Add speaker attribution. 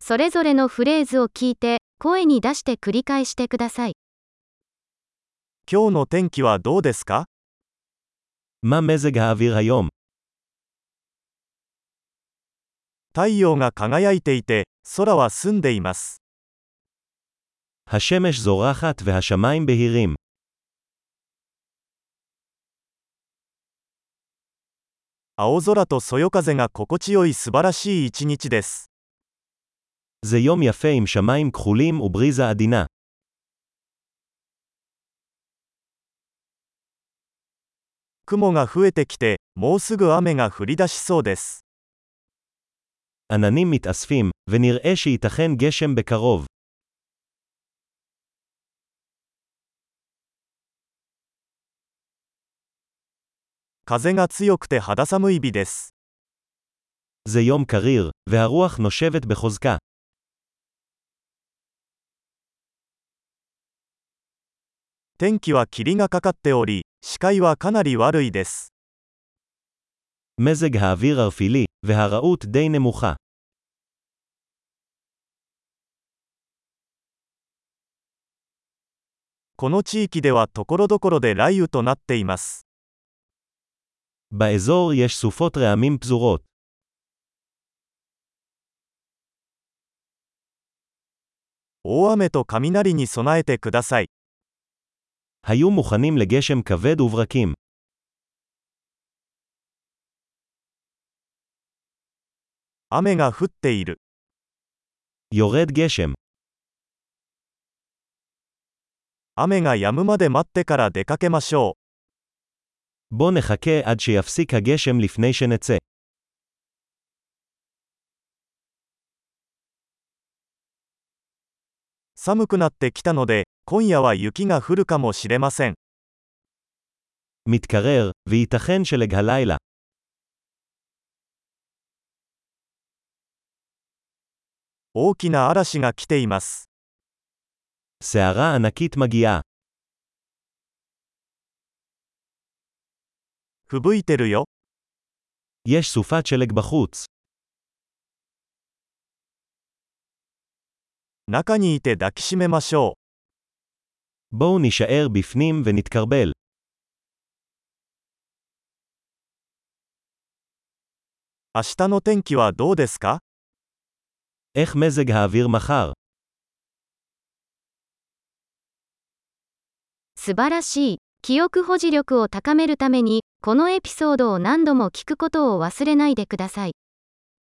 Speaker 1: それぞれのフレーズを聞いて、声に出して繰り返してください。
Speaker 2: 今日の天気はどうですか
Speaker 3: מה מזג האוויר היום?
Speaker 2: 太陽が輝いていて、空は澄んでいます。
Speaker 3: השמש זורחת והשמיים בהירים.
Speaker 2: 青空とそよ風が心地よい素晴らしい一日です。
Speaker 3: זה יום יפה עם שמיים כחולים ובריזה עדינה.
Speaker 2: 雲が増えてきて、もうすぐ雨が降り出しそうです。
Speaker 3: עננים מתאספים, ונראה שייתכן גשם בקרוב.
Speaker 2: 風が強くて肌寒い日です。
Speaker 3: זה יום קריר, והרוח נושבת בחוזקה.
Speaker 2: 天気は霧がかかっており、視界はかなり悪いです。
Speaker 3: מזג האוויר ערפילי, והרעות די נמוכה.
Speaker 2: この地域ではところどころで雷雨となっています。
Speaker 3: באזור יש סופות רעמים פזורות.
Speaker 2: 大雨と雷に備えてください。
Speaker 3: היו מוכנים לגשם כבד וברקים.
Speaker 2: 雨が降っている。
Speaker 3: יורד גשם.
Speaker 2: 雨が止むまで待ってから出かけましょう。
Speaker 3: בוא נחכה עד שיפסיק הגשם לפני שנצא.
Speaker 2: 寒くなってきたので、今夜は雪が降るかもしれません。
Speaker 3: מתקרר, וייתכן שלג הלילה.
Speaker 2: 大きな嵐が来ています。
Speaker 3: סערה ענקית מגיעה.
Speaker 2: 吹雪いてるよ。
Speaker 3: יש סופת שלג בחוץ.
Speaker 2: 中にいて抱きしめましょう。
Speaker 3: בואו נישאר בפנים ונתקרבל.
Speaker 2: 明日の天気はどうですか
Speaker 3: איך מזג האוויר מחר?
Speaker 1: 素晴らしい。記憶保持力を高めるために、このエピソードを何度も聞くことを忘れないでください。